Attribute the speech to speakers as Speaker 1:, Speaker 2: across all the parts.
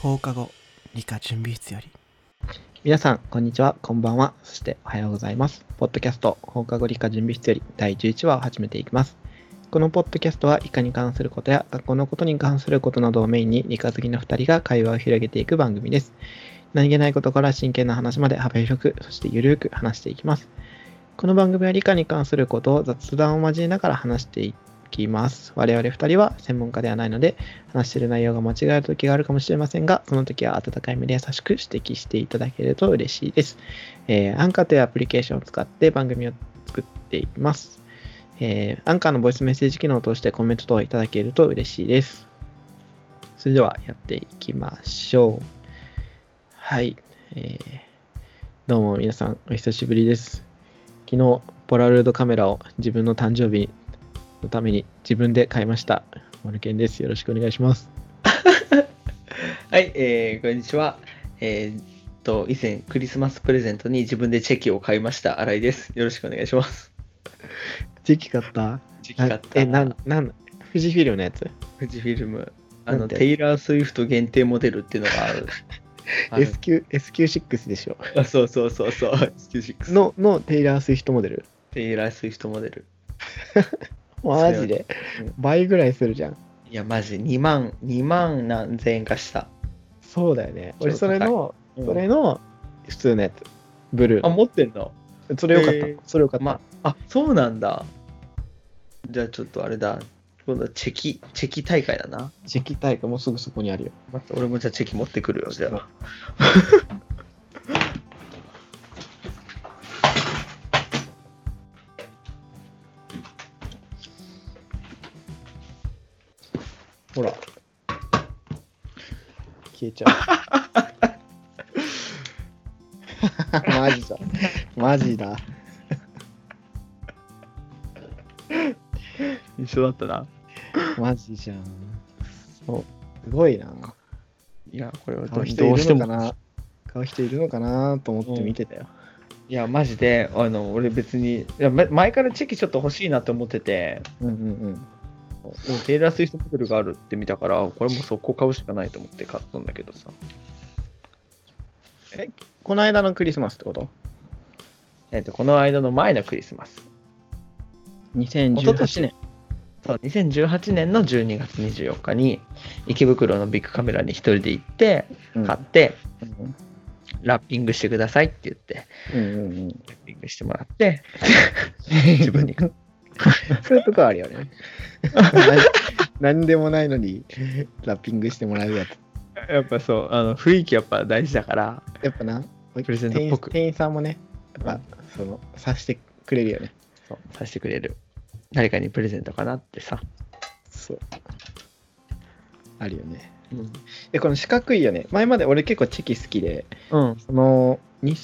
Speaker 1: 放課後理科準備室より
Speaker 2: 皆さん、こんにちは、こんばんは、そしておはようございます。ポッドキャスト、放課後理科準備室より第11話を始めていきます。このポッドキャストは、理科に関することや学校のことに関することなどをメインに、理科好きの2人が会話を広げていく番組です。何気ないことから真剣な話まで幅広く、そしてゆるく話していきます。この番組は理科に関することを雑談を交えながら話していきます。我々2人は専門家ではないので、話している内容が間違える時があるかもしれませんが、その時は温かい目で優しく指摘していただけると嬉しいです。えーアンカーというアプリケーションを使って番組を作っています。えーアンカーのボイスメッセージ機能を通してコメント等をいただけると嬉しいです。それではやっていきましょう。はい。えーどうも皆さん、お久しぶりです。昨日、ポラロイドカメラを自分の誕生日のために自分で買いました。モルケンです。よろしくお願いします。
Speaker 3: はい、えー、こんにちは。えーっと、以前、クリスマスプレゼントに自分でチェキを買いました、新井です。よろしくお願いします。
Speaker 2: 時期買った
Speaker 3: チェキ買った。
Speaker 2: え、なん、なん、富士フィルムのやつ
Speaker 3: 富士フィルム。あ
Speaker 2: なん
Speaker 3: の、
Speaker 2: て
Speaker 3: テイラー・スウィフト限定モデルっていうのがあ る。ある
Speaker 2: ?SQ、SQ6 でしょ。
Speaker 3: あそうそうそうそう。96
Speaker 2: の、のテイラー・スウィフトモデル。
Speaker 3: テイラー・スウィフトモデル。
Speaker 2: マジで
Speaker 3: うん
Speaker 2: 倍ぐらいするじゃん。
Speaker 3: いや、マジ、2万、2万何千円かした。
Speaker 2: そうだよね。俺、そ
Speaker 3: そう
Speaker 2: れの、
Speaker 3: うん
Speaker 2: それの、普通のやつ。ブル
Speaker 3: あ、
Speaker 2: ー。
Speaker 3: 持ってんの
Speaker 2: それよかった。
Speaker 3: えー
Speaker 2: それよかった。
Speaker 3: まあ、あ、そうなんだ。じゃあ、ちょっとあれだ。今度はチェキ、チェキ大会だな。
Speaker 2: 時期大会もうすぐそこにあるよ。
Speaker 3: 待って俺もじゃあチェキ持ってくるよじゃあ
Speaker 2: ほら。消えちゃ う。マジだ。マジだ。
Speaker 3: 一緒だったな
Speaker 2: マジじゃん。そう。すごいな。
Speaker 3: いやこれは
Speaker 2: 買
Speaker 3: ど
Speaker 2: う
Speaker 3: う
Speaker 2: 人い
Speaker 3: して
Speaker 2: るのか
Speaker 3: も
Speaker 2: な買う人いるのかなと思って見てたよ。
Speaker 3: いやマジであの俺別にいやま前からチェキちょっと欲しいなと思ってて
Speaker 2: うんうんうん。
Speaker 3: もうテイラー・スウィフトモデルがあるって見たからこれもう速攻買うしかないと思って買ったんだけどさ
Speaker 2: この間のクリスマスってこと
Speaker 3: えっとこの間の前のクリスマス
Speaker 2: ?2018 年。
Speaker 3: そう2018年の12月24日に池袋のビッグカメラに一人で行って
Speaker 2: うん
Speaker 3: 買って、ラッピングしてくださいって言って
Speaker 2: うんうん うん。
Speaker 3: ラッピングしてもらって 自分に買っ
Speaker 2: そういうとこあるよね。 何でもないのにラッピングしてもらうやつ。
Speaker 3: たやっぱそうあの雰囲気やっぱ大事だから
Speaker 2: やっぱ な、
Speaker 3: プレゼントっぽく
Speaker 2: 店員店員さんもね、やっぱその、察してくれるよね。
Speaker 3: そうさせてくれる誰かにプレゼントかなってさ、
Speaker 2: そう。あるよね。で、この四角いよね。前まで俺結構チェキ好きで、
Speaker 3: うん
Speaker 2: そのに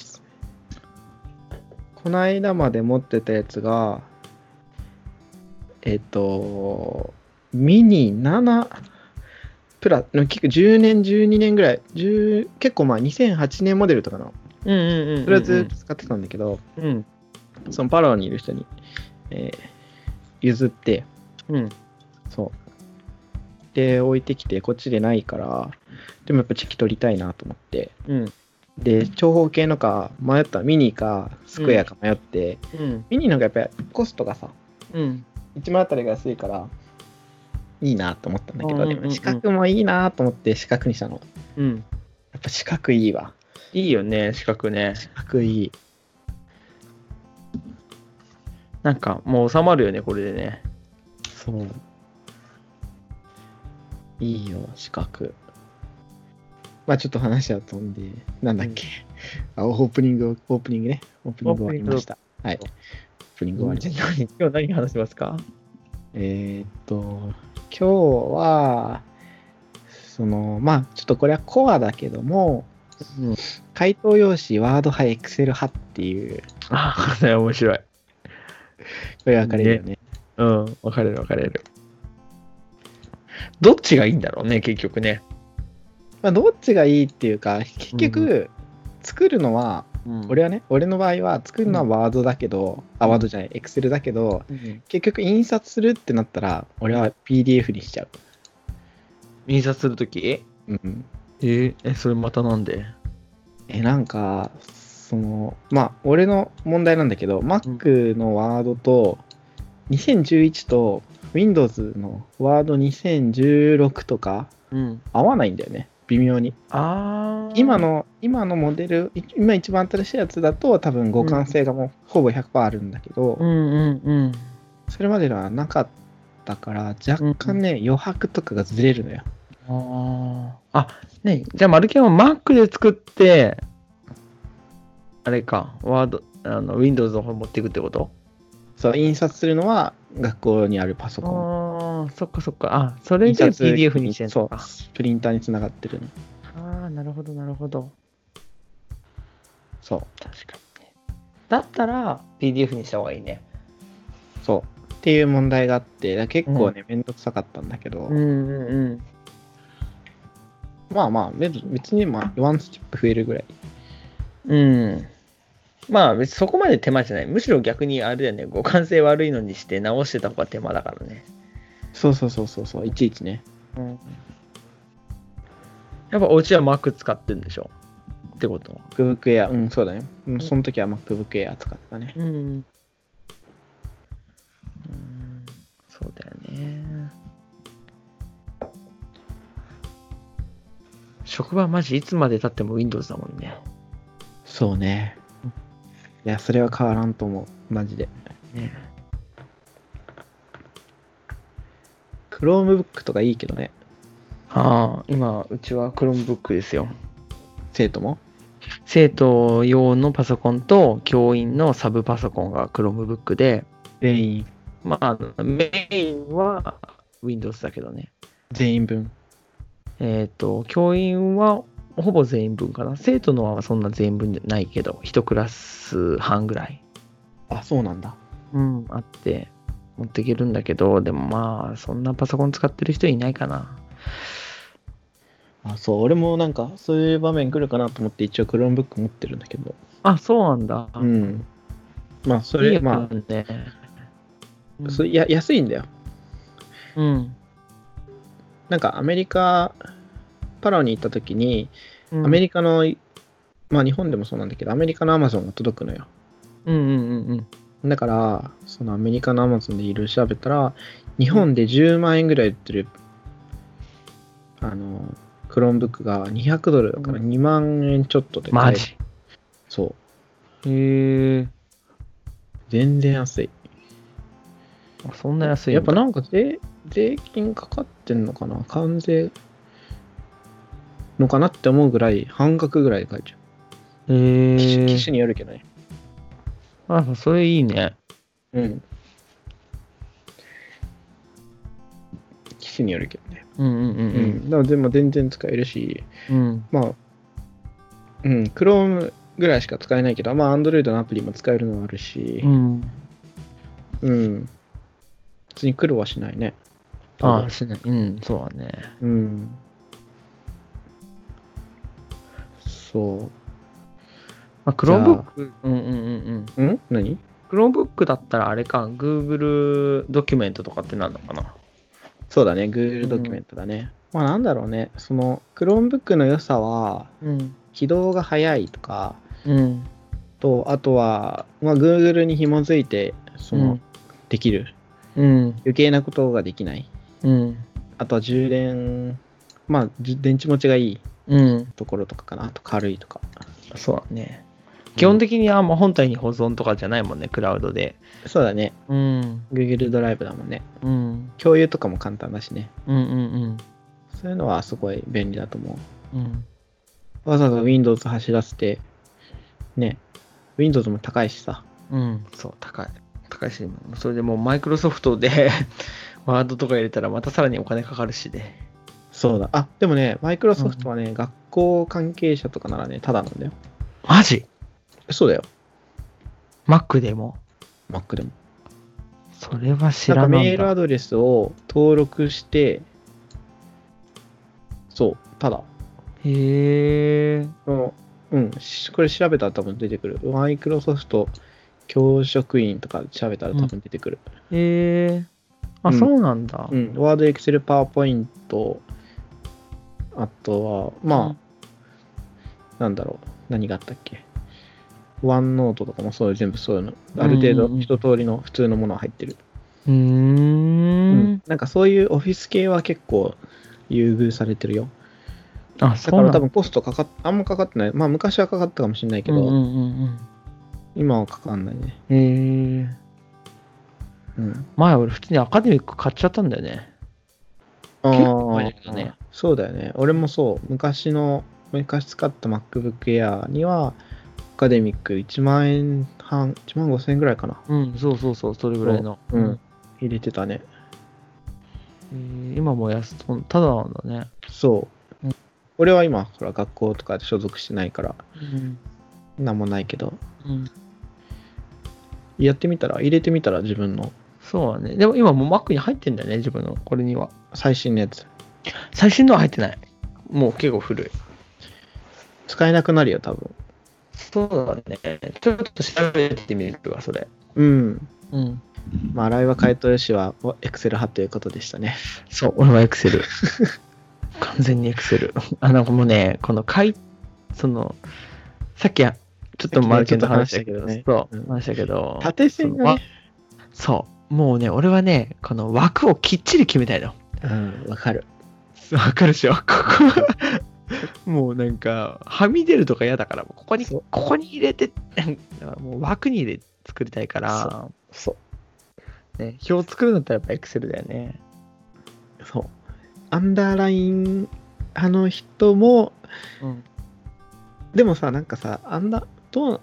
Speaker 2: この間まで持ってたやつがえっとミニ7プラの結構10年12年ぐらい10結構まあ2008年モデルとかの
Speaker 3: うんうんうんうんうん
Speaker 2: それはずっと使ってたんだけど、
Speaker 3: うん
Speaker 2: そのパラオにいる人に、えー譲って
Speaker 3: うん
Speaker 2: そうで置いてきてこっちでないからでもやっぱチェキ取りたいなと思って
Speaker 3: うん
Speaker 2: で長方形のか迷ったミニかスクエアか迷って、
Speaker 3: うん
Speaker 2: ミニの方がやっぱりコストがさ
Speaker 3: うん
Speaker 2: 1枚あたりが安いからいいなと思ったんだけど、
Speaker 3: うんうんうん
Speaker 2: でも四角もいいなと思って四角にしたの
Speaker 3: うん
Speaker 2: やっぱ四角いいわ
Speaker 3: いいよね四角ね
Speaker 2: 四角いい
Speaker 3: なんかもう収まるよねこれでね
Speaker 2: そういいよ四角まあちょっと話は飛んでなんだっけ、あオープニングオープニングねオープニング終わりましたはいオープニング終わりました
Speaker 3: 今日何話しますか
Speaker 2: えーっと、今日は、その、まあ、ちょっとこれはコアだけども、
Speaker 3: うん
Speaker 2: 回答用紙、ワード派、エクセル派っていう、
Speaker 3: ああ面白い
Speaker 2: これ分かれるよね。
Speaker 3: うん分かれる分かれるどっちがいいんだろうね結局ね、
Speaker 2: まあ、どっちがいいっていうか、結局、作るのは、俺はね、俺の場合は、作るのはワードだけど、あ、ワードじゃない、エクセルだけど、
Speaker 3: うん
Speaker 2: 結局、印刷するってなったら、俺は PDF にしちゃう。
Speaker 3: 印刷するとき
Speaker 2: うん。
Speaker 3: えーえ、それまたなんで
Speaker 2: え、なんか、その、まあ、俺の問題なんだけど、Mac のワードと、2011と Windows のワード2016とか
Speaker 3: うん。
Speaker 2: 合わないんだよね、微妙に。
Speaker 3: ああ。
Speaker 2: 今。の、今のモデル、い今一番新しいやつだと、多分互換性がもうほぼ100%あるんだけど、
Speaker 3: うんうんうん。
Speaker 2: それまでのはなかったから、若干ね、余白とかがずれるのよ。
Speaker 3: ああ。あ、ねじゃあ、マルケンは Mac で作って、あれか、ワード、あの、Windows の方に持っていくってこと
Speaker 2: そう、印刷するのは学校にあるパソコン。
Speaker 3: ああ、そっかそっか。あ、それ
Speaker 2: 印
Speaker 3: で
Speaker 2: 刷
Speaker 3: PDF にしてんの
Speaker 2: そう
Speaker 3: か。、
Speaker 2: プリンターにつながってるの。
Speaker 3: ああ、なるほど、なるほど。
Speaker 2: そう、
Speaker 3: 確かにね。だったら、PDF にした方がいいね。
Speaker 2: そう。っていう問題があって、だから結構ね、めんどくさかったんだけど、
Speaker 3: うんうんうん。
Speaker 2: まあまあ、別別にまあ、ワンステップ増えるぐらい。
Speaker 3: うん。まあ別にそこまで手間じゃない。むしろ逆にあれだよね、互換性悪いのにして直してた方が手間だからね。
Speaker 2: そうそうそうそうそう、いちいちね。
Speaker 3: うん。やっぱお家は Mac 使ってるんでしょってことは。
Speaker 2: MacBook Air、うん、そうだね。うん、その時は MacBook Air 使ってたね。
Speaker 3: うん。うん、そうだよね。職場マジいつまで経っても Windows だもんね。
Speaker 2: そうね。いや、それは変わらんと思う、マジで。
Speaker 3: ね
Speaker 2: Chromebook とかいいけどね、
Speaker 3: ああ、今うちは Chromebook ですよ。
Speaker 2: 生徒も。
Speaker 3: 生徒用のパソコンと教員のサブパソコンが Chromebook で、
Speaker 2: 全員、
Speaker 3: まああの、メインは Windows だけどね。
Speaker 2: 全員分。
Speaker 3: えっ、と、教員はほぼ全員分かな。生徒のはそんな全員分じゃないけど、1クラス半ぐらい、
Speaker 2: あ、そうなんだ。
Speaker 3: うん、あって持っていけるんだけど、でもまあ、そんなパソコン使ってる人いないかな。
Speaker 2: あ、そう、俺もなんか、そういう場面来るかなと思って、一応 Chromebook 持ってるんだけど。
Speaker 3: あ、そうなんだ。
Speaker 2: うん。まあ、そ
Speaker 3: いい
Speaker 2: れ、
Speaker 3: よ
Speaker 2: ま
Speaker 3: ね。う
Speaker 2: あ、
Speaker 3: ん
Speaker 2: それや安いんだよ。
Speaker 3: うん。
Speaker 2: なんか、アメリカ、パラオに行った時に、
Speaker 3: うん
Speaker 2: アメリカの、まあ、日本でもそうなんだけど、アメリカの Amazon が届くのよ。
Speaker 3: うんうんうんうん。
Speaker 2: だから、そのアメリカの Amazon でいろいろ調べたら、日本で10万円ぐらい売ってる、あの、クローンブックが200ドルだから
Speaker 3: う
Speaker 2: 2万円ちょっとで買える
Speaker 3: マジ。
Speaker 2: そう。
Speaker 3: へえ。
Speaker 2: 全然安い。
Speaker 3: あそんな安いんだ
Speaker 2: やっぱなんか税税金かかってんのかな関税のかなって思うぐらい、半額ぐらいで買えちゃ
Speaker 3: へ
Speaker 2: う。機種
Speaker 3: え。
Speaker 2: 機種によるけどね。
Speaker 3: あ、それいいね。
Speaker 2: うん。機種によるけどね。
Speaker 3: うんうんう
Speaker 2: うんん。だからでも全然使えるし、
Speaker 3: うん。うん。
Speaker 2: まあ、うん、Chrome ぐらいしか使えないけど、まあ、Android のアプリも使えるのはあるし
Speaker 3: う、ん。
Speaker 2: うん。普通に苦労はしないね。
Speaker 3: ああ、しない。うん、そうだね。
Speaker 2: うん。そ
Speaker 3: まあ、クロームブック、うんうんうんうん。
Speaker 2: う。ん何
Speaker 3: クロームブックだったらあれか、Google ドキュメントとかってなるのかな。
Speaker 2: そうだね、Google ドキュメントだね。まあなんだろうね、その Chromebook の良さは、
Speaker 3: うん。
Speaker 2: 起動が早いとか、
Speaker 3: うん。
Speaker 2: と、あとは、まあ、Google に紐づいて、その、
Speaker 3: うん
Speaker 2: できる。
Speaker 3: うん。
Speaker 2: 余計なことができない。
Speaker 3: うん。
Speaker 2: あとは充電、まあ、じ電池持ちがいい
Speaker 3: うん。
Speaker 2: ところとかかな。あと軽いとか。
Speaker 3: そうだね。基本的にあんま本体に保存とかじゃないもんね、クラウドで。
Speaker 2: そうだね。
Speaker 3: うん。
Speaker 2: Google ドライブだもんね。
Speaker 3: うん。
Speaker 2: 共有とかも簡単だしね。
Speaker 3: うんうん
Speaker 2: そういうのはすごい便利だと思
Speaker 3: うん。うん。
Speaker 2: う。わざわざ Windows 走らせて、ね、Windows も高いしさ。
Speaker 3: うん、そう、高い。高いし、それでもうマイクロソフトで、 ワードとか入れたらまたさらにお金かかるしね。
Speaker 2: そうだ。あ、でもね、Microsoft はね、学校関係者とかならね、ただなんだよ。
Speaker 3: マジ
Speaker 2: そうだよ。
Speaker 3: ?Mac でも
Speaker 2: Mac でも。
Speaker 3: それは知
Speaker 2: なん
Speaker 3: ら
Speaker 2: か
Speaker 3: ない
Speaker 2: メ
Speaker 3: ん
Speaker 2: ール
Speaker 3: だ
Speaker 2: アドレスを登録して、そう、ただ。
Speaker 3: へえ。
Speaker 2: そのうん、しこれ調べたら多分出てくる。マイクロソフト教職員とか調べたら多分出てくる。
Speaker 3: へえ。あ、
Speaker 2: うん
Speaker 3: そうなんだ
Speaker 2: う。ん、ワード、エクセル、パワーポイント、あとは、まあ、
Speaker 3: うん
Speaker 2: なんだろう、何があったっけ。ワンノートとかもそういう、全部そういうの。ある程
Speaker 3: うんうんう
Speaker 2: 度、
Speaker 3: ん
Speaker 2: 一通りの普通のものは入ってる。
Speaker 3: うー。
Speaker 2: うんなんかそういうオフィス系は結構優遇されてるよ。
Speaker 3: あ、
Speaker 2: だ
Speaker 3: そ
Speaker 2: か
Speaker 3: うな
Speaker 2: ら
Speaker 3: ん
Speaker 2: 多分コストかかっ、あんまかかってない。まあ昔はかかったかもしれないけど、
Speaker 3: うんうんうん
Speaker 2: 今はかかんないね。
Speaker 3: うん。へえー。
Speaker 2: うん。
Speaker 3: 前俺普通にアカデミック買っちゃったんだよね。
Speaker 2: あ
Speaker 3: 結構前だけど
Speaker 2: ー
Speaker 3: ね
Speaker 2: そうだよね。俺もそう。昔の、昔使った MacBook Air には、アカデミック1万円半、1万5千円ぐらいかな。
Speaker 3: うん、そうそうそう、それぐらいの。
Speaker 2: うん。入れてたね。
Speaker 3: えー今も安そんただなんだね。
Speaker 2: そう。
Speaker 3: うん
Speaker 2: 俺は今、ほら、学校とかで所属してないから、
Speaker 3: うん。
Speaker 2: なんもないけど、やってみたら、入れてみたら自分の
Speaker 3: そうだね。でも今もう Mac に入ってんだよね、自分の。これには。
Speaker 2: 最新のやつ。
Speaker 3: 最新のは入ってない。もう結構古い。
Speaker 2: 使えなくなるよ、多分。
Speaker 3: そうだね。ちょっと調べてみるわ、それ。
Speaker 2: うん。
Speaker 3: うん。
Speaker 2: まあ、新井は回答用紙はエクセル派ということでしたね。
Speaker 3: そう、俺は Excel。完全に Excel。あ、なんかもうね、この回、その、さっき、ちょっとマルケンと話したけど、
Speaker 2: さっきねち
Speaker 3: そう、
Speaker 2: うん
Speaker 3: 話したけど、
Speaker 2: 縦線がね。
Speaker 3: そう、もうね、俺はね、この枠をきっちり決めたいの。
Speaker 2: うん、わかる。
Speaker 3: わかるでしょ、ここは。もうなんか、はみ出るとか嫌だから、ここに、
Speaker 2: そう
Speaker 3: ここに入れて、なんだからもう枠に入れ作りたいから、
Speaker 2: そ
Speaker 3: ね、表を作るんだったらやっぱ Excel だよね。
Speaker 2: う。そう。アンダーライン、あの人も、
Speaker 3: うん。
Speaker 2: でもさ、なんかさ、アンダー、どう、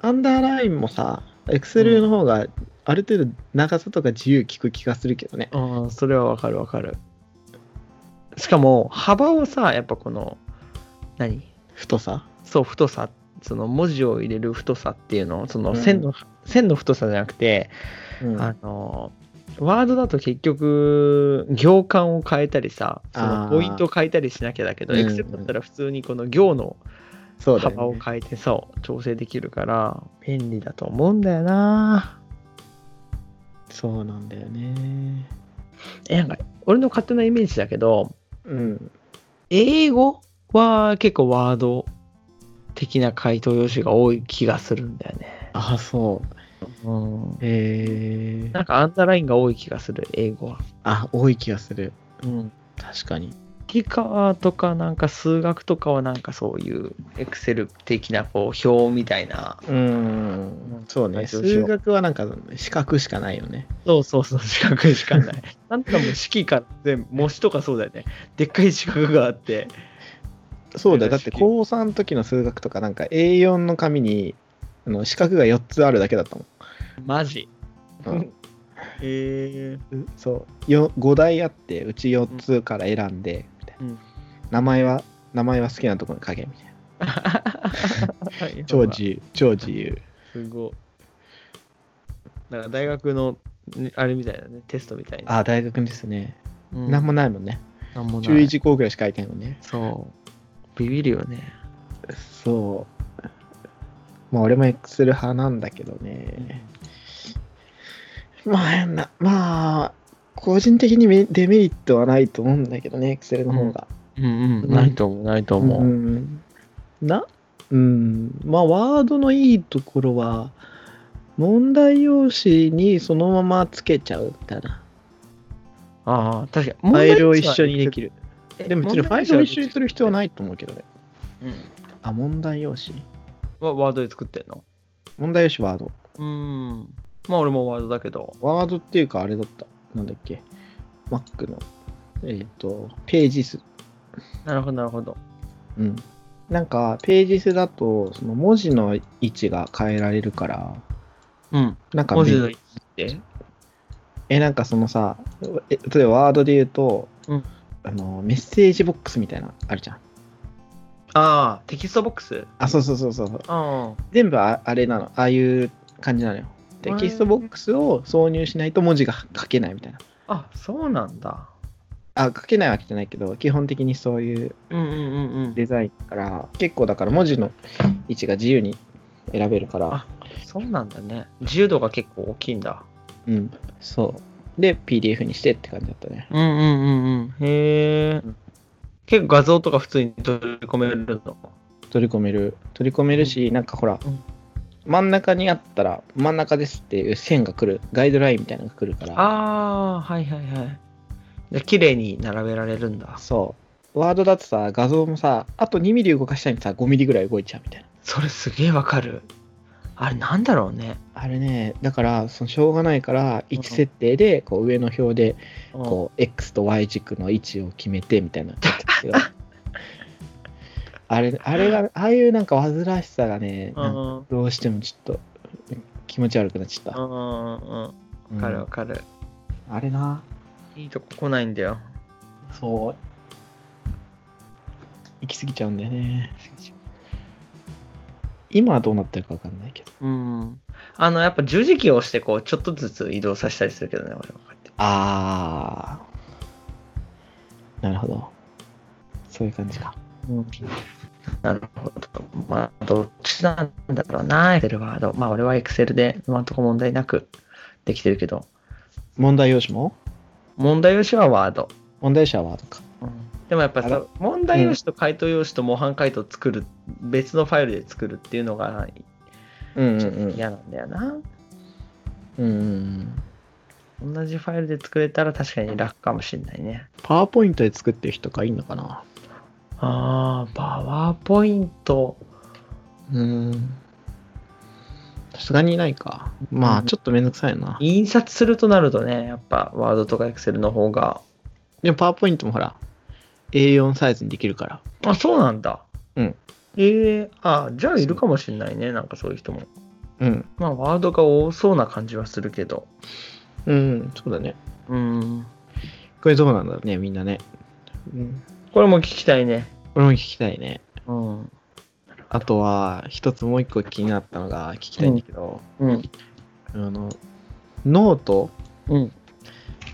Speaker 2: アンダーラインもさ、エクセルの方が、ある程度長さとか自由聞く気がするけどね。
Speaker 3: ああ、それはわかるわかる。しかも、幅をさ、やっぱこの、何
Speaker 2: 太さ。
Speaker 3: そう、太さ、その文字を入れる太さっていうの、その
Speaker 2: うん
Speaker 3: 線の、線の太さじゃなくて、
Speaker 2: うん
Speaker 3: あの、ワードだと結局、行間を変えたりさ、そ
Speaker 2: あ
Speaker 3: の
Speaker 2: ー
Speaker 3: ポイントを変えたりしなきゃだけど、
Speaker 2: うんうん
Speaker 3: Excel だったら普通にこの行の
Speaker 2: そうだよね
Speaker 3: 幅を変えてそう、調整できるから、便利だと思うんだよな。
Speaker 2: そうなんだよね。
Speaker 3: え、なんか、俺の勝手なイメージだけど、
Speaker 2: うん。
Speaker 3: 英語は結構ワード的な回答用紙が多い気がするんだよね。
Speaker 2: ああ、そう。
Speaker 3: うん。
Speaker 2: へえ
Speaker 3: なんかアンダーラインが多い気がする、英語は。
Speaker 2: あ、多い気がする。
Speaker 3: うん。
Speaker 2: 確かに。
Speaker 3: 理科とかなんか数学とかはなんかそういうエクセル的なこう表みたいな。
Speaker 2: うん。そうね。
Speaker 3: そうしよ
Speaker 2: 数
Speaker 3: う
Speaker 2: 学はなんか、資格しかないよね。
Speaker 3: そうそうそう、四角しかない。 なんかもう式から全部、模試とかそうだよね。でっかい四角があって。
Speaker 2: そうだよ。だって、
Speaker 3: 式
Speaker 2: 高3の時の数学とか、なんか A4 の紙に、あの四角が4つあるだけだったもん。
Speaker 3: マジ。
Speaker 2: うん
Speaker 3: へえ
Speaker 2: そうよ5台あってうち4つから選んで、みたいな
Speaker 3: うん
Speaker 2: 名前は名前は好きなところに書けみたいな
Speaker 3: ー。
Speaker 2: 超自由超自由
Speaker 3: すごい。なんか大学の、ねあれみたいなね、テストみたいな。
Speaker 2: ああ大学ですね、
Speaker 3: うん、
Speaker 2: なん、何もないもんね
Speaker 3: なんもない。
Speaker 2: 注意事項ぐらいしか書いてないもんね
Speaker 3: そう。ビビるよね。
Speaker 2: そうまあ俺も Excel 派なんだけどねまあなまあ個人的にメデメリットはないと思うんだけどね Excel の方が、
Speaker 3: うんうんないと思う、ないと思う。
Speaker 2: ん、な、うん、まあ、ワードのいいところは、問題用紙にそのままつけちゃうみたいな。
Speaker 3: ああ、確かに。
Speaker 2: フ
Speaker 3: 問題
Speaker 2: ァイルを
Speaker 3: 列
Speaker 2: 一
Speaker 3: は
Speaker 2: 緒にできる。
Speaker 3: え
Speaker 2: でも、別にファイルを一緒にする必要は
Speaker 3: ない。
Speaker 2: ないと思うけどね。
Speaker 3: うん
Speaker 2: あ、問題用紙
Speaker 3: わワードで作ってんの
Speaker 2: 問題用紙ワード。
Speaker 3: うん。まあ俺もワードだけど。
Speaker 2: ワードっていうか、あれだった。なんだっけ。Mac の、えっ、と、ページ数。
Speaker 3: なるほど、なるほど。
Speaker 2: うん。なんか、ページ数だと、その文字の位置が変えられるから、
Speaker 3: うん。
Speaker 2: なんか
Speaker 3: 文字
Speaker 2: 便利
Speaker 3: の位置って。
Speaker 2: え、なんかそのさ、え例えばワードで言うと、
Speaker 3: うん
Speaker 2: あの、メッセージボックスみたいな、あるじゃん。
Speaker 3: ああ、テキストボックス
Speaker 2: あ、そうそうそうそうそう。
Speaker 3: ああ。
Speaker 2: 全部ああれなの、ああいう感じなのよ。テキストボックスを挿入しないと文字が書けないみたいな。
Speaker 3: あ、そうなんだ。
Speaker 2: あ、書けないわけじゃないけど、基本的にそういう
Speaker 3: うんうんうんうん。
Speaker 2: デザインだから、結構だから文字の位置が自由に選べるから、
Speaker 3: あそうなんだね。自由度が結構大きいんだ。
Speaker 2: うん、そう。で、PDF にしてって感じだったね。
Speaker 3: うんうんうんうん。へえ。結構画像とか普通に取り込めるの。
Speaker 2: 取り込める取り込めるし、なんかほら、
Speaker 3: うん
Speaker 2: 真ん中にあったら真ん中ですっていう線が来るガイドラインみたいなのが来るから
Speaker 3: ああ、はいはいはい。じゃあ綺麗に並べられるんだ。
Speaker 2: そうワードだとさ画像もさあと2ミリ動かしたいのにさ5ミリぐらい動いちゃうみたいな
Speaker 3: それすげえわかる。あれなんだろうね。
Speaker 2: あれねだからそのしょうがないから位置設定でこう上の表でこう X と Y 軸の位置を決めてみたいなやつですけどあれあれがああいうなんか煩わしさがね
Speaker 3: うん。
Speaker 2: なんか
Speaker 3: うん。
Speaker 2: どうしてもちょっと気持ち悪くなっちゃっ
Speaker 3: う
Speaker 2: た、
Speaker 3: んうん。わ
Speaker 2: うん
Speaker 3: かるわかる。
Speaker 2: あれない
Speaker 3: いとこ来ないんだよ。
Speaker 2: そう行き過ぎちゃうんだよね今はどうなってるか分かんないけど
Speaker 3: うん。あの、やっぱ十字キーを押して、こう、ちょっとずつ移動させたりするけどね、俺はこうやって。
Speaker 2: ああなるほどそういう感じか
Speaker 3: なるほど。まあ、どっちなんだろうな、エクセルワード。まあ、俺はエクセルで、今のとこ問題なくできてるけど、
Speaker 2: 問題用紙も
Speaker 3: 問題用紙はワード。
Speaker 2: 問題者はワードか
Speaker 3: でもやっぱ
Speaker 2: あ
Speaker 3: さ
Speaker 2: ら、
Speaker 3: 問題用紙と回答用紙と模範解答作る、別のファイルで作るっていうのが
Speaker 2: うん
Speaker 3: ち
Speaker 2: う
Speaker 3: ょっと
Speaker 2: ん
Speaker 3: 嫌なんだよな。
Speaker 2: うんうん
Speaker 3: 同じファイルで作れたら確かに楽かもしれないね。
Speaker 2: パワーポイントで作ってる人がいいのかな
Speaker 3: ああ、パワーポイント。
Speaker 2: うんさすがにいないかまあちょっとめんどくさいな
Speaker 3: 印刷するとなるとね、やっぱワードとかエクセルの方が。
Speaker 2: でもパワーポイントもほら A4 サイズにできるから
Speaker 3: あ、そうなんだ。
Speaker 2: うん。
Speaker 3: ええあ、じゃあいるかもしれないね、なんかそういう人も。
Speaker 2: うん
Speaker 3: まあ、ワードが多そうな感じはするけど。
Speaker 2: うんそうだね
Speaker 3: うん。
Speaker 2: これどうなんだろうねみんなねうん
Speaker 3: これも聞きたいね。
Speaker 2: 俺も聞きたいね
Speaker 3: うん。
Speaker 2: あとは一つもう一個気になったのが聞きたいんだけど、
Speaker 3: うん。
Speaker 2: あのノート
Speaker 3: うん。
Speaker 2: ま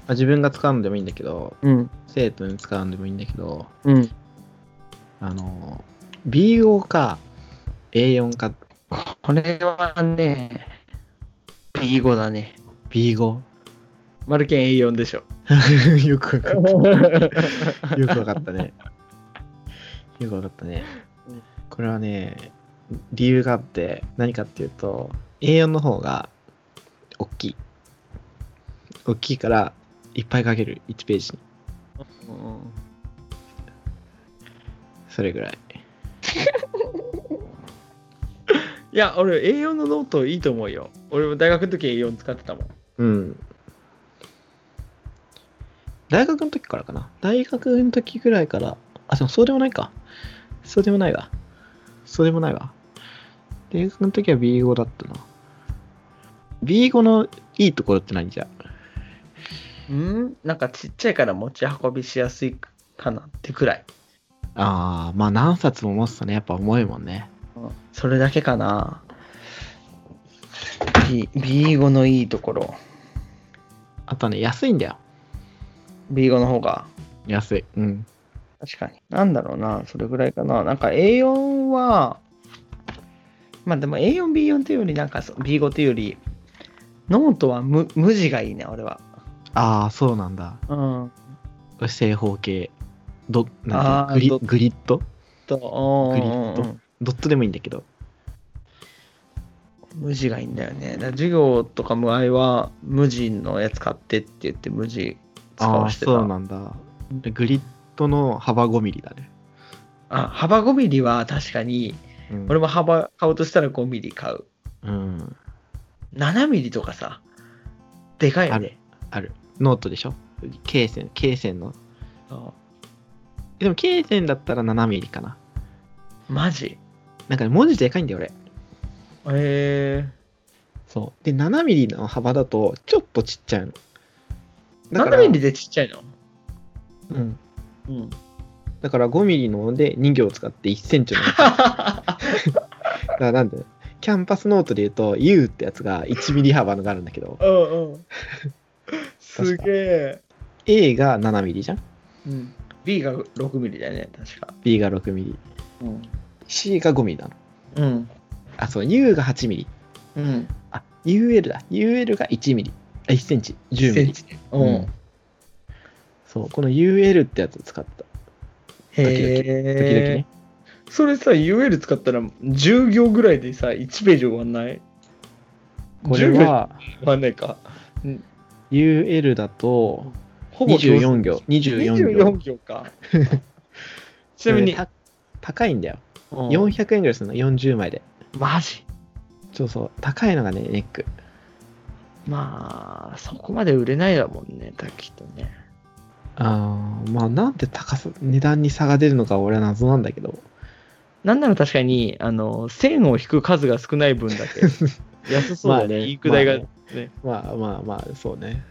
Speaker 2: あ自分が使うのでもいいんだけど
Speaker 3: うん。
Speaker 2: 生徒に使うのでもいいんだけど
Speaker 3: うん。
Speaker 2: あの B5 か A4 か
Speaker 3: これはね、B5 だね。
Speaker 2: B5
Speaker 3: マルケン A4 でしょ。
Speaker 2: よくわかったよくわかったねよくわかったね
Speaker 3: うん
Speaker 2: これはね理由があって何かっていうと A4 の方が大きい大きいからいっぱい書ける1ページに
Speaker 3: うん
Speaker 2: それぐらい
Speaker 3: いや、俺 A4 のノートいいと思うよ。俺も大学の時 A4 使ってたもん。
Speaker 2: うん大学の時からかな大学の時ぐらいからあでもそうでもないかそうでもないわそうでもないわ大学の時は B5 だったな B5 のいいところって何じゃ
Speaker 3: うんなんかちっちゃいから持ち運びしやすいかなってくらい。
Speaker 2: ああまあ何冊も持つとねやっぱ重いもんね
Speaker 3: それだけかな。B、B5 のいいところ。
Speaker 2: あとね安いんだよ
Speaker 3: B5 の方が。
Speaker 2: 安いうん
Speaker 3: 確かに。なんだろうな。それぐらいかな。なんか A4 は、まあでも A4、B4 というより、なんかそう B5 というより、ノートは無無地がいいね、俺は。
Speaker 2: ああそうなんだ
Speaker 3: うん。
Speaker 2: 正方形どなん
Speaker 3: あ
Speaker 2: てグ
Speaker 3: ー
Speaker 2: リ
Speaker 3: ドッ
Speaker 2: グリッド
Speaker 3: と、
Speaker 2: グリッ
Speaker 3: う
Speaker 2: ド
Speaker 3: ん
Speaker 2: ドットでもいいんだけど
Speaker 3: 無地がいいんだよね。だから授業とか無愛は、無地のやつ買ってって言って、無地使
Speaker 2: ああ
Speaker 3: わしてた。
Speaker 2: そうなんだグリッドの幅5ミリだね、
Speaker 3: あ幅5ミリは確か
Speaker 2: う
Speaker 3: に、
Speaker 2: ん
Speaker 3: 俺も幅買おうとしたら5ミリ買う。
Speaker 2: うん
Speaker 3: 7ミリとかさ、でかいよ
Speaker 2: ある
Speaker 3: ね。
Speaker 2: あるノートでしょ経線経線の
Speaker 3: あ
Speaker 2: でも経線だったら7ミリかな
Speaker 3: マジ
Speaker 2: なんかね文字でかいんだよ俺
Speaker 3: え
Speaker 2: そうで7ミリの幅だとちょっとちっちゃいの
Speaker 3: ー、7ミリ
Speaker 2: リ、
Speaker 3: でちっちゃいの
Speaker 2: うん、
Speaker 3: うん。
Speaker 2: だから5ミリので2行使って1センチ のだからなんでキャンパスノートで言うと U ってやつが1ミリ幅のがあるんだけど
Speaker 3: うんうん。
Speaker 2: すげ
Speaker 3: え。
Speaker 2: A が7ミリじゃん
Speaker 3: うん、B が6ミリだよね、確か。
Speaker 2: B が6ミリ
Speaker 3: うん。
Speaker 2: C が5ミリなの
Speaker 3: うん。
Speaker 2: あそう U が8ミリ
Speaker 3: うん。
Speaker 2: あ、UL だ。UL が1ミリ。あ、1センチ。10ミリ。
Speaker 3: うん。
Speaker 2: そう、この UL ってやつを使った。
Speaker 3: えへ
Speaker 2: 々時々
Speaker 3: え、
Speaker 2: ね。
Speaker 3: それさ UL 使ったら10行ぐらいでさ1ページ終わんない
Speaker 2: これは、
Speaker 3: 終わんないか
Speaker 2: UL だと、
Speaker 3: ほぼ同
Speaker 2: 24行。24
Speaker 3: 24
Speaker 2: 行。
Speaker 3: 行 かちなみに、
Speaker 2: えーた高いんだよ。
Speaker 3: うん
Speaker 2: 400円ぐらいするの、40枚で。
Speaker 3: マジ
Speaker 2: そうそう。高いのがね、ネック。
Speaker 3: まあそこまで売れないだもんねきっとね
Speaker 2: あーまあ、なんで高さ、値段に差が出るのか俺は謎なんだけど。
Speaker 3: なんなら確かに、あの、線を引く数が少ない分だ け、安そ
Speaker 2: まあ
Speaker 3: う
Speaker 2: ね
Speaker 3: でいいくらいが、
Speaker 2: ま
Speaker 3: ね
Speaker 2: まあまあまあ、そうね。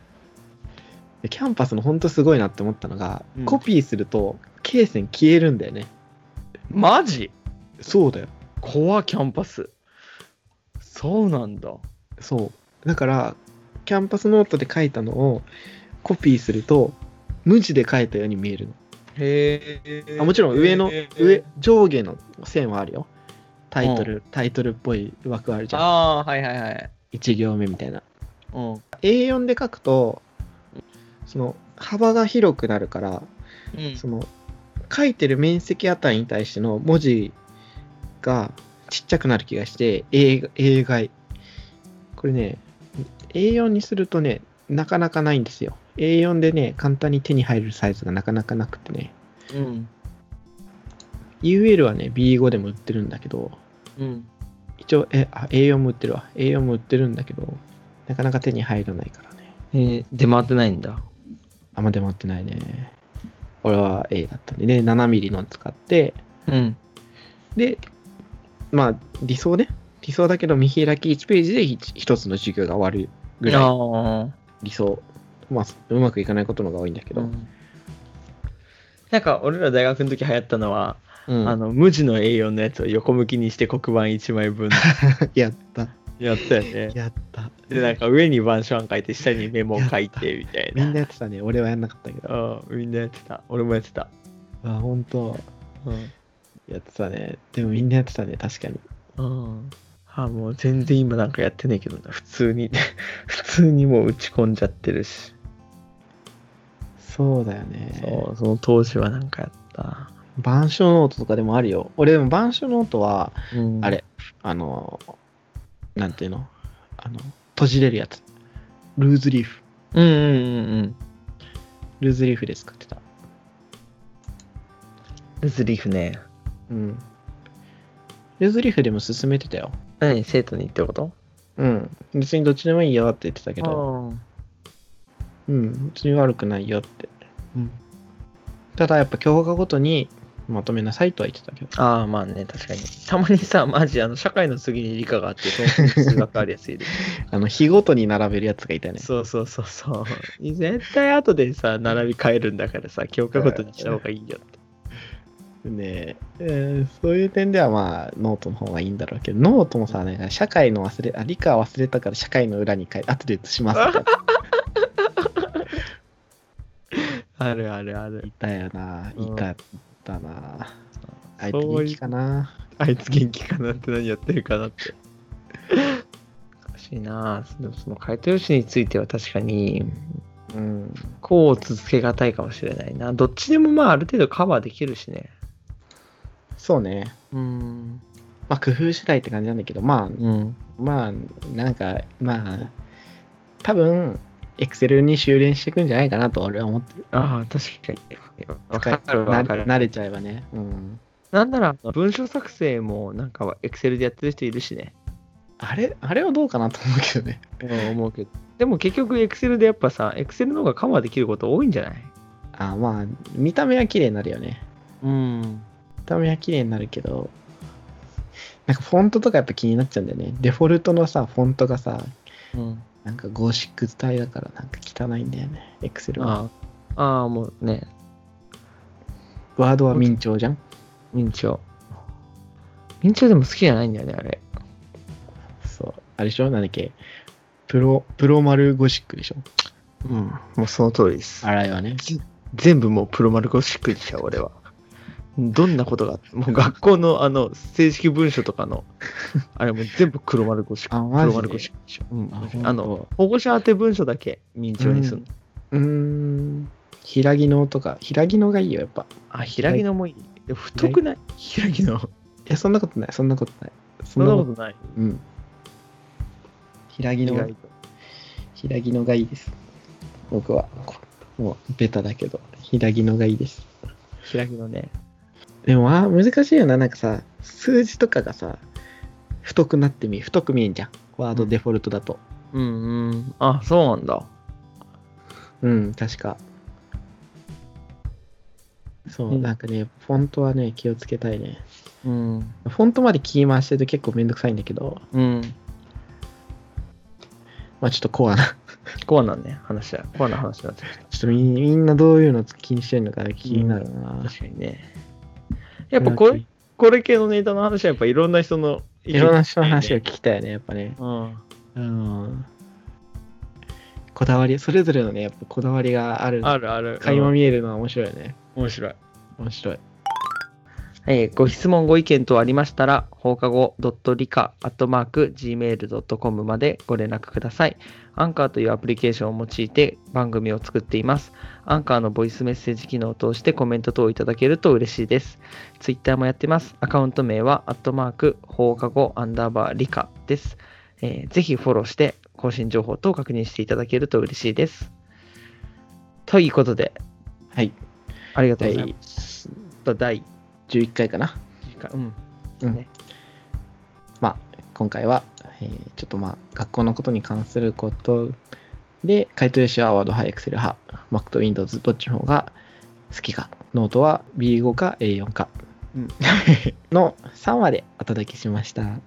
Speaker 2: でキャンパスの本当すごいなって思ったのが、
Speaker 3: うん
Speaker 2: コピーすると、罫線消えるんだよね。
Speaker 3: マジ
Speaker 2: そうだよ。
Speaker 3: 怖キャンパス。そうなんだ。
Speaker 2: そう。だから、キャンパスノートで書いたのをコピーすると、無地で書いたように見えるの。
Speaker 3: へえ
Speaker 2: あもちろん上の、上、上下の線はあるよ。タイトル、タイトルっぽい枠あるじゃん。
Speaker 3: ああ、はいはいはい。
Speaker 2: 1行目みたいな。
Speaker 3: うん。
Speaker 2: A4 で書くと、その幅が広くなるから、
Speaker 3: うん
Speaker 2: その書いてる面積あたりに対しての文字がちっちゃくなる気がして、映画映外。これね、A4 にするとね、なかなかないんですよ。A4 でね、簡単に手に入るサイズがなかなかなくてね。
Speaker 3: うん。
Speaker 2: UL はね、B5 でも売ってるんだけど、
Speaker 3: うん。
Speaker 2: 一応、えあ A4 も売ってるわ。A4 も売ってるんだけど、なかなか手に入らないからね。
Speaker 3: えー、出回ってないんだ。
Speaker 2: あんま出回ってないね。俺は A だったんでね、7ミリの使って、
Speaker 3: うん。
Speaker 2: で、まあ、理想ね。理想だけど、見開き1ページで一一つの授業が終わるぐ
Speaker 3: あ
Speaker 2: らい
Speaker 3: あ。
Speaker 2: 理想。まあ、うまくいかないことのが多いんだけど。
Speaker 3: うんなんか、俺ら大学の時流行ったのは、
Speaker 2: うん
Speaker 3: あの、無地の A4 のやつを横向きにして黒板1枚分
Speaker 2: やった。
Speaker 3: やったよね。
Speaker 2: やった。
Speaker 3: で、なんか上に板書案書いて、下にメモを書いてみたい
Speaker 2: み
Speaker 3: な。
Speaker 2: んなやってたね。俺はやんなかったけど。
Speaker 3: うん、みんなやってた。俺もやってた。
Speaker 2: あ、ほんと。
Speaker 3: うん。
Speaker 2: やってたね。でもみんなやってたね。確かに。
Speaker 3: うん。あ、もう全然今なんかやってないけどな。普通に、 普通にもう打ち込んじゃってるし。
Speaker 2: そうだよね。
Speaker 3: そう、その当時はなんかやった。
Speaker 2: 板書ノートとかでもあるよ。俺でも板書ノートは、
Speaker 3: うん
Speaker 2: あれ、あの、なんていうのあの、閉じれるやつ。ルーズリーフ。
Speaker 3: うんうんうんうん。
Speaker 2: ルーズリーフで作ってた。
Speaker 3: ルズリーフね。
Speaker 2: うん。ルーズリーフでも進めてたよ。
Speaker 3: 何生徒にってこと
Speaker 2: うん。別にどっちでもいいよって言ってたけど、うん。別に悪くないよって。
Speaker 3: うん
Speaker 2: ただやっぱ教科ごとにまとめなさいとは言ってたけど。
Speaker 3: ああ、まあね、確かに。たまにさ、マジ、あの、社会の次に理科があって、その次に数学あるやついる。
Speaker 2: あの、日ごとに並べるやつがいたよね。
Speaker 3: そうそうそうそう。絶対後でさ、並び替えるんだからさ、教科ごとにした方がいいよって。
Speaker 2: ねえーそういう点ではまあ、ノートの方がいいんだろうけど、ノートもさ、なんか社会の忘れ、あ、理科忘れたから社会の裏に書いて、後で写しますみたいな
Speaker 3: あるあるある
Speaker 2: い。たよ な。
Speaker 3: うん
Speaker 2: いた、いたな。あいつ
Speaker 3: そ
Speaker 2: 人
Speaker 3: うい
Speaker 2: 気
Speaker 3: う
Speaker 2: かな。
Speaker 3: あいつ元気かなって何やってるかなって。難しいなぁ。でもその回答用紙については確かに、
Speaker 2: うん。
Speaker 3: こう続けがたいかもしれないな。どっちでもまあ、ある程度カバーできるしね。
Speaker 2: そうね。
Speaker 3: うん。
Speaker 2: まあ、工夫次第って感じなんだけど、まあ、
Speaker 3: うん。
Speaker 2: まあ、なんか、まあ、多分、エクセルに修練していくんじゃないかなと俺は思ってる。
Speaker 3: ああ、確かに。わかる
Speaker 2: な
Speaker 3: わかる。
Speaker 2: 慣れちゃえばね。うん。
Speaker 3: なんなら、文章作成もなんかは Excel でやってる人いるしね。
Speaker 2: あれ、あれはどうかなと思うけどね。
Speaker 3: 思うけど。でも結局 Excel でやっぱさ、Excel の方がカバーできること多いんじゃない
Speaker 2: あまあ、見た目は綺麗になるよね。
Speaker 3: うん。
Speaker 2: 見た目は綺麗になるけど、なんかフォントとかやっぱ気になっちゃうんだよね。デフォルトのさ、フォントがさ、
Speaker 3: うん、
Speaker 2: なんかゴシック体だからなんか汚いんだよね。エクセルは。
Speaker 3: ああ、ああ、もうね、
Speaker 2: ワードは明朝じゃん
Speaker 3: 明朝。明朝でも好きじゃないんだよね、あれ。
Speaker 2: そう。あれでしょなんだっけプロ、プロ丸ゴシックでしょ
Speaker 3: うん、もうその通りです。
Speaker 2: あれはね。
Speaker 3: 全部もうプロマルゴシックにしちゃう、俺は。どんなことがあって、もう学校のあの、正式文書とか の、あれも全部黒丸ゴシック。
Speaker 2: あマジで
Speaker 3: 黒丸ゴシックにしよう。うん
Speaker 2: あほんと
Speaker 3: あの、保護者宛て文書だけ明朝にするの。
Speaker 2: うーん。平木のとか、平木のがいいよ、やっぱ。
Speaker 3: あ、平木のもいい。でも太くない平木の。
Speaker 2: いや、そんなことない、そんなことない。そ
Speaker 3: そ
Speaker 2: ん
Speaker 3: ん
Speaker 2: な
Speaker 3: な
Speaker 2: こ、
Speaker 3: こととない。
Speaker 2: うん。平木
Speaker 3: 意
Speaker 2: の
Speaker 3: 外、と
Speaker 2: 平木のがいいです。僕は、もう、ベタだけど、平木のがいいです。
Speaker 3: 平木のね。
Speaker 2: でも、あー難しいよな。なんかさ、数字とかがさ、太くなってみ、太く見えんじゃん。ワードデフォルトだと。
Speaker 3: うんうん。あ、そうなんだ。
Speaker 2: うん、確か。そう、
Speaker 3: うん
Speaker 2: なんかね、フォントはね、気をつけたいね。
Speaker 3: うん。
Speaker 2: フォントまでキー回してると結構めんどくさいんだけど、
Speaker 3: うん。
Speaker 2: まあちょっとコアな。
Speaker 3: コアなね、話だ。コアな話にな ってきた。
Speaker 2: ちょっとみみんなどういうの気にしてんのか気になるな。
Speaker 3: 確かにね。やっぱこれ、これ系のネタの話はやっぱいろんな人の意
Speaker 2: い
Speaker 3: 見
Speaker 2: ろんな人の話を聞きたいよね、やっぱね。
Speaker 3: うん。
Speaker 2: うん。こだわり、それぞれのね、やっぱこだわりがある。
Speaker 3: あるある。
Speaker 2: 垣間見えるのは面白いよね。
Speaker 3: うん面白い。
Speaker 2: 面白い。
Speaker 3: えーご質問、ご意見等ありましたら、放課後.理科.gmail.com までご連絡ください。アンカーというアプリケーションを用いて番組を作っています。アンカーのボイスメッセージ機能を通してコメント等をいただけると嬉しいです。ツイッターもやってます。アカウント名は、アットマーク、放課後アンダーバー理科です、えーぜひフォローして、更新情報等を確認していただけると嬉しいです。ということで、
Speaker 2: はい。
Speaker 3: ありがとうござい
Speaker 2: 第
Speaker 3: ます。第
Speaker 2: 11回かな。
Speaker 3: 1回。うん
Speaker 2: うん
Speaker 3: ね
Speaker 2: まあ、今回は、えーちょっとまあ、学校のことに関することで、回答用紙はワード派、エクセル派、Mac と Windows どっちの方が好きか、ノートは B5 か A4 か、
Speaker 3: うん
Speaker 2: の3話でお届けしました。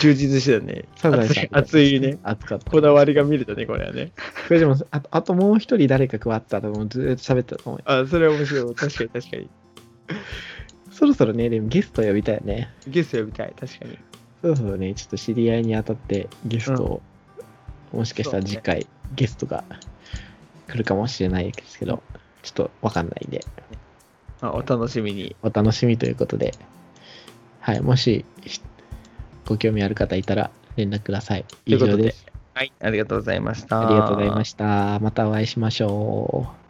Speaker 3: 充実してたね。
Speaker 2: サザエ
Speaker 3: 熱
Speaker 2: さん
Speaker 3: い熱いね。。
Speaker 2: 熱かった。
Speaker 3: こだわりが見れたね、これはね。
Speaker 2: これでもあと、あともう一人誰か加わったともうずーっと喋ったと思う。
Speaker 3: あ、それは面白い。確かに確かに。
Speaker 2: そろそろね、でもゲスト呼びたいよね。
Speaker 3: ゲスト呼びたい。確かに。
Speaker 2: そろそろね、ちょっと知り合いに当たってゲストを、もしかしたら次回、ゲストが来るかもしれないですけど、ちょっとわかんないんで、
Speaker 3: あお楽しみに。
Speaker 2: お楽しみということで、はい、もし、しご興味ある方いたら連絡ください。以
Speaker 3: というこ
Speaker 2: 上
Speaker 3: とで
Speaker 2: です。
Speaker 3: はい。ありがとうございました。
Speaker 2: ありがとうございました。またお会いしましょう。